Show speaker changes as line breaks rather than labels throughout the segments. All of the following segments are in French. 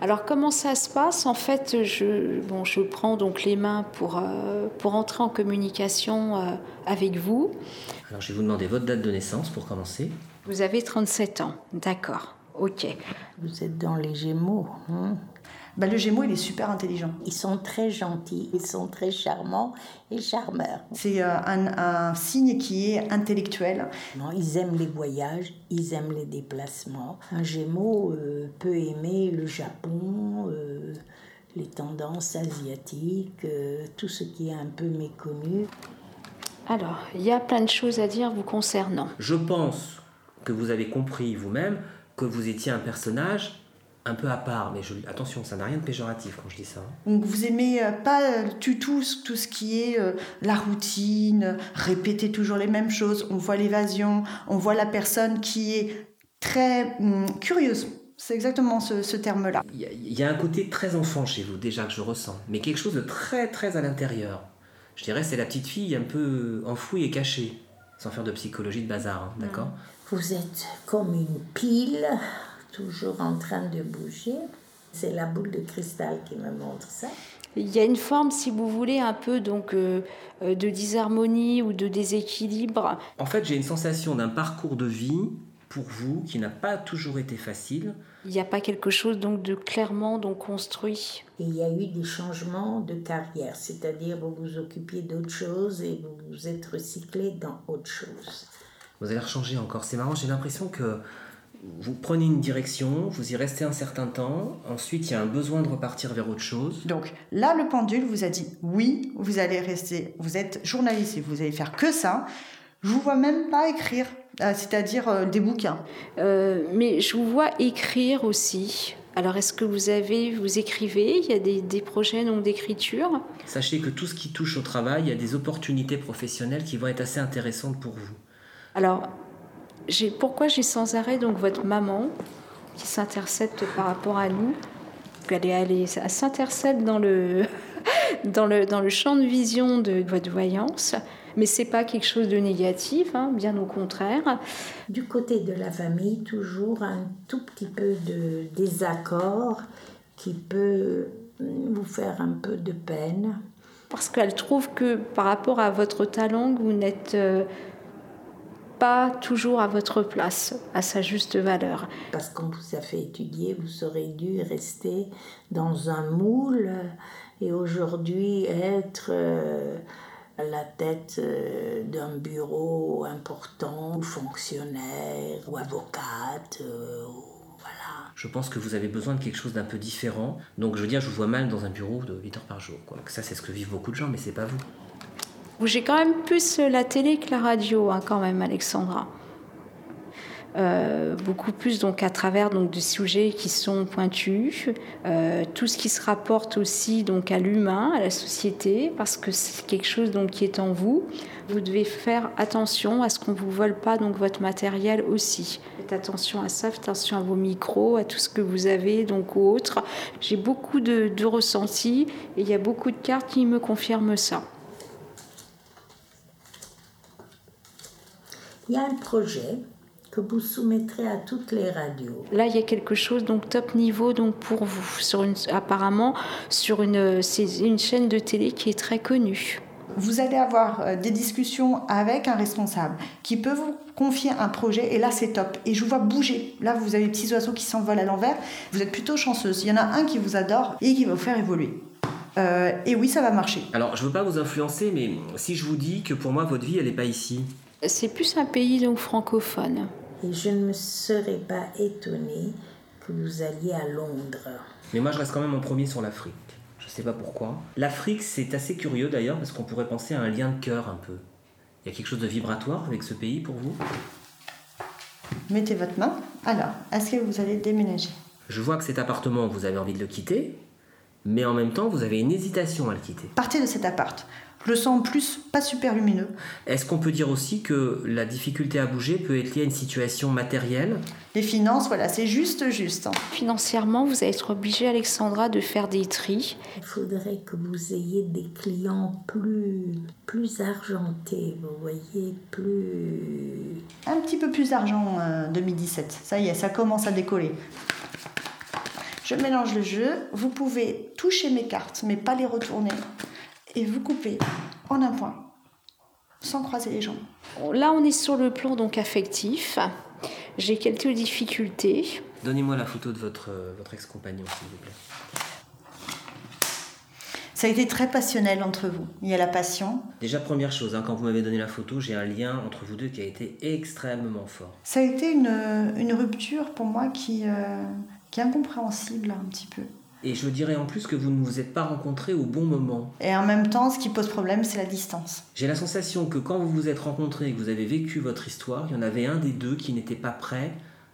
Alors comment ça se passe En fait, je, bon, je prends donc les mains pour, euh, pour entrer en communication euh, avec vous.
Alors je vais vous demander votre date de naissance pour commencer.
Vous avez 37 ans, d'accord, ok.
Vous êtes dans les Gémeaux. hein
Bah, le Gémeaux, il est super intelligent.
ils sont très gentils, ils sont très charmants et charmeurs.
C'est euh, un, un signe qui est intellectuel.
Non, ils aiment les voyages, ils aiment les déplacements. Un Gémeaux euh, peut aimer le Japon, euh, les tendances asiatiques, euh, tout ce qui est un peu méconnu.
Alors, il y a plein de choses à dire vous concernant.
Je pense que vous avez compris vous-même que vous étiez un personnage un peu à part, mais je, attention, ça n'a rien de péjoratif quand je dis ça. hein.
Donc vous aimez euh, pas euh, du tout ce- tout ce qui est euh, la routine, euh, répéter toujours les mêmes choses. On voit l'évasion, on voit la personne qui est très hum, curieuse. C'est exactement ce, ce terme-là.
Il y, a- il y a un côté très enfant chez vous déjà que je ressens, mais quelque chose de très très à l'intérieur. Je dirais c'est la petite fille un peu enfouie et cachée, sans faire de psychologie de bazar, hein, d'accord
Vous êtes comme une pile, toujours en train de bouger. C'est la boule de cristal qui me montre ça.
Il y a une forme, si vous voulez, un peu donc euh, euh, de disharmonie ou de déséquilibre.
En fait, j'ai une sensation d'un parcours de vie pour vous qui n'a pas toujours été facile.
Il n'y a pas quelque chose donc de clairement donc construit.
Et il y a eu des changements de carrière, c'est-à-dire vous vous occupiez d'autre chose et vous vous êtes recyclé dans autre chose.
Vous allez rechanger encore. C'est marrant, j'ai l'impression que vous prenez une direction, vous y restez un certain temps, ensuite il y a un besoin de repartir vers autre chose.
Donc là, le pendule vous a dit oui, vous allez rester, vous êtes journaliste et vous allez faire que ça. Je vous vois même pas écrire, euh, c'est-à-dire euh, des bouquins.
Euh, mais je vous vois écrire aussi. Alors est-ce que vous avez vous écrivez Il y a des, des projets donc d'écriture.
Sachez que tout ce qui touche au travail, il y a des opportunités professionnelles qui vont être assez intéressantes pour vous.
Alors j'ai pourquoi j'ai sans arrêt donc votre maman qui s'intercepte par rapport à nous. Elle, est, elle, est- elle s'intercepte dans le, dans, le, dans le champ de vision de, votre voyance, mais c'est pas quelque chose de négatif, hein, bien au contraire.
Du côté de la famille, toujours un tout petit peu de désaccord qui peut euh, vous faire un peu de peine.
parce qu'elle trouve que par rapport à votre talent, vous n'êtes euh, pas toujours à votre place, à sa juste valeur.
Parce qu'on vous a fait étudier, vous aurez dû rester dans un moule et aujourd'hui être euh, à la tête euh, d'un bureau important, ou fonctionnaire, ou avocate. euh, ou- voilà.
Je pense que vous avez besoin de quelque chose d'un peu différent. Donc je veux dire, je vous vois mal dans un bureau de 8 heures par jour. quoi. Ça, c'est ce que vivent beaucoup de gens, mais c'est pas vous.
J'ai quand même plus euh, la télé que la radio, hein, quand même, Alexandra. Euh, beaucoup plus donc à travers donc des sujets qui sont pointus, euh, tout ce qui se rapporte aussi donc à l'humain, à la société, parce que c'est quelque chose donc qui est en vous. Vous devez faire attention à ce qu'on vous vole pas donc votre matériel aussi. Faites attention à ça, faites attention à vos micros, à tout ce que vous avez donc ou autre. J'ai beaucoup de, de ressentis et il y a beaucoup de cartes qui me confirment ça.
Il y a un projet que vous soumettrez à toutes les radios.
Là, il y a quelque chose donc top niveau donc pour vous sur une apparemment sur une c'est une chaîne de télé qui est très connue.
Vous allez avoir euh, des discussions avec un responsable qui peut vous confier un projet et là c'est top. Et je vous vois bouger. Là vous avez des petits oiseaux qui s'envolent à l'envers. Vous êtes plutôt chanceuse. Il y en a un qui vous adore et qui va vous faire évoluer. Euh, et oui ça va marcher.
Alors, je veux pas vous influencer, mais si je vous dis que pour moi, votre vie, elle n'est pas ici,
C'est plus un pays donc francophone.
Et je ne me serais pas étonnée que vous alliez à Londres.
Mais moi, je reste quand même en premier sur l'Afrique. Je sais pas pourquoi. L'Afrique, c'est assez curieux d'ailleurs, parce qu'on pourrait penser à un lien de cœur un peu. Il y a quelque chose de vibratoire avec ce pays pour vous
Mettez votre main. Alors, est-ce que vous allez déménager
Je vois que cet appartement, vous avez envie de le quitter, mais en même temps, vous avez une hésitation à le quitter.
Partez de cet appart. Je le sens en plus pas super lumineux.
Est-ce qu'on peut dire aussi que la difficulté à bouger peut être liée à une situation matérielle
Les finances, voilà, c'est juste, juste. hein.
Financièrement, vous allez être obligé Alexandra de faire des tris.
Il faudrait que vous ayez des clients plus, plus argentés, vous voyez, plus...
Un petit peu plus d'argent euh, 2017. Ça y est, ça commence à décoller. Je mélange le jeu. Vous pouvez toucher mes cartes, mais pas les retourner. Et vous coupez en un point, sans croiser les jambes.
Là, on est sur le plan donc affectif. J'ai quelques difficultés.
Donnez-moi la photo de votre, euh, votre ex-compagnon, s'il vous plaît.
Ça a été très passionnel entre vous. Il y a la passion.
Déjà, première chose, hein, quand vous m'avez donné la photo, j'ai un lien entre vous deux qui a été extrêmement fort.
Ça a été une, une rupture pour moi qui, euh, qui est incompréhensible un petit peu.
Et je dirais en plus que vous ne vous êtes pas rencontrés au bon moment.
Et en même temps, ce qui pose problème, c'est la distance.
J'ai la sensation que quand vous vous êtes rencontrés et que vous avez vécu votre histoire, il y en avait un des deux qui n'était pas prêt,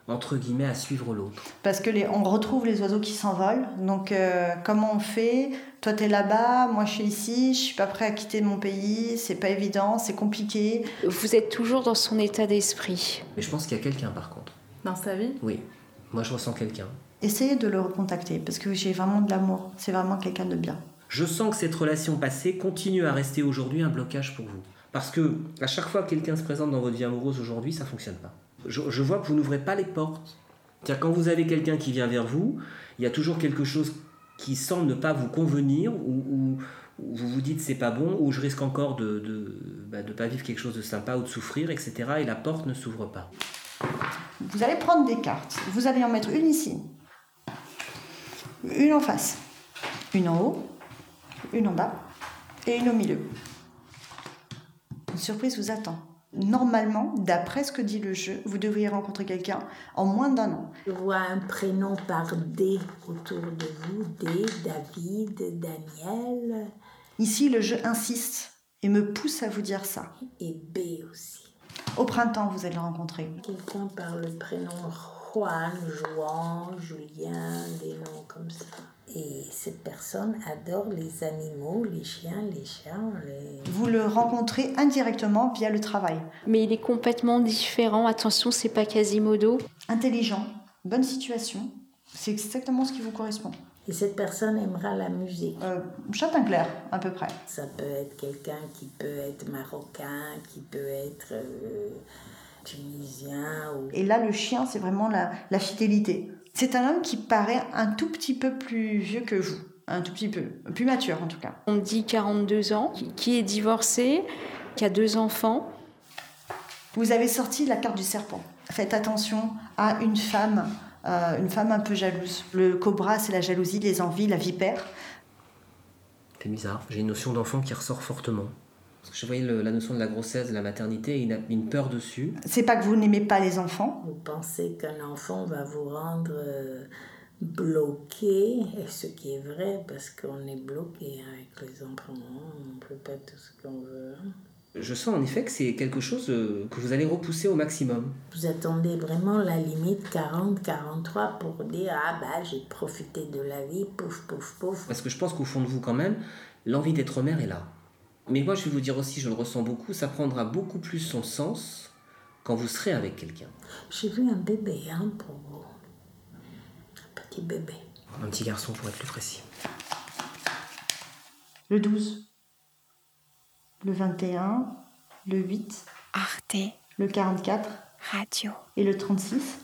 entre guillemets, à suivre l'autre.
Parce que les, on retrouve les oiseaux qui s'envolent. Donc euh, comment on fait Toi t'es là-bas, moi je suis ici. Je suis pas prêt à quitter mon pays. C'est pas évident, c'est compliqué.
Vous êtes toujours dans son état d'esprit.
Mais je pense qu'il y a quelqu'un par contre.
Dans sa vie
Oui, moi je ressens quelqu'un.
Essayez de le recontacter parce que j'ai vraiment de l'amour. C'est vraiment quelqu'un de bien.
Je sens que cette relation passée continue à rester aujourd'hui un blocage pour vous. Parce que à chaque fois que quelqu'un se présente dans votre vie amoureuse aujourd'hui, ça fonctionne pas. Je, je vois que vous n'ouvrez pas les portes. C'est-à-dire quand vous avez quelqu'un qui vient vers vous, il y a toujours quelque chose qui semble ne pas vous convenir ou, ou- ou vous vous dites c'est pas bon ou je risque encore de de, bah, de pas vivre quelque chose de sympa ou de souffrir, etc. Et la porte ne s'ouvre pas.
Vous allez prendre des cartes. Vous allez en mettre une ici, une en face, une en haut, une en bas et une au milieu. Une surprise vous attend. Normalement, d'après ce que dit le jeu, vous devriez rencontrer quelqu'un en moins d'un an.
Je vois un prénom par D autour de vous. D, David, Daniel
Ici, le jeu insiste et me pousse à vous dire ça.
et B aussi.
Au printemps, vous allez le rencontrer.
Quelqu'un par le prénom Juan, Juan, Julien, des noms comme ça. Et cette personne adore les animaux, les chiens, les chats, les...
Vous le rencontrez indirectement via le travail.
Mais il est complètement différent. Attention, c'est pas Quasimodo.
Intelligent, bonne situation, c'est exactement ce qui vous correspond.
Et cette personne aimera la musique.
Euh, châtain clair, à peu près.
Ça peut être quelqu'un qui peut être marocain, qui peut être euh, tunisien ou
Et là, le chien, c'est vraiment la, la fidélité. C'est un homme qui paraît un tout petit peu plus vieux que vous. Un tout petit peu. Plus mature, en tout cas.
On me dit 42 ans, qui- qui est divorcé, qui a deux enfants.
Vous avez sorti la carte du serpent. Faites attention à une femme, euh, une femme un peu jalouse. Le cobra, c'est la jalousie, les envies, la vipère.
C'est bizarre. J'ai une notion d'enfant qui ressort fortement. Parce que je voyais le- la notion de la grossesse, de la maternité, et une, une peur dessus.
C'est pas que vous n'aimez pas les enfants.
vous pensez qu'un enfant va vous rendre euh, bloqué, et ce qui est vrai parce qu'on est bloqué avec les enfants, hein, on ne peut pas tout ce qu'on veut. hein.
Je sens en effet que c'est quelque chose euh, que vous allez repousser au maximum.
Vous attendez vraiment la limite 40-43 pour dire ah bah j'ai profité de la vie, pouf pouf pouf.
Parce que je pense qu'au fond de vous, quand même, l'envie d'être mère est là. Mais moi, je vais vous dire aussi, je le ressens beaucoup, ça prendra beaucoup plus son sens quand vous serez avec quelqu'un.
J'ai vu un bébé hein, pour vous, un petit bébé.
Un petit garçon, pour être plus précis.
Le 12, le 21, le 8,
Arte
le 44
Radio.com.
et le 36.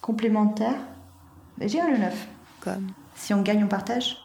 Complémentaire. J'ai le 9. Si on gagne, on partage.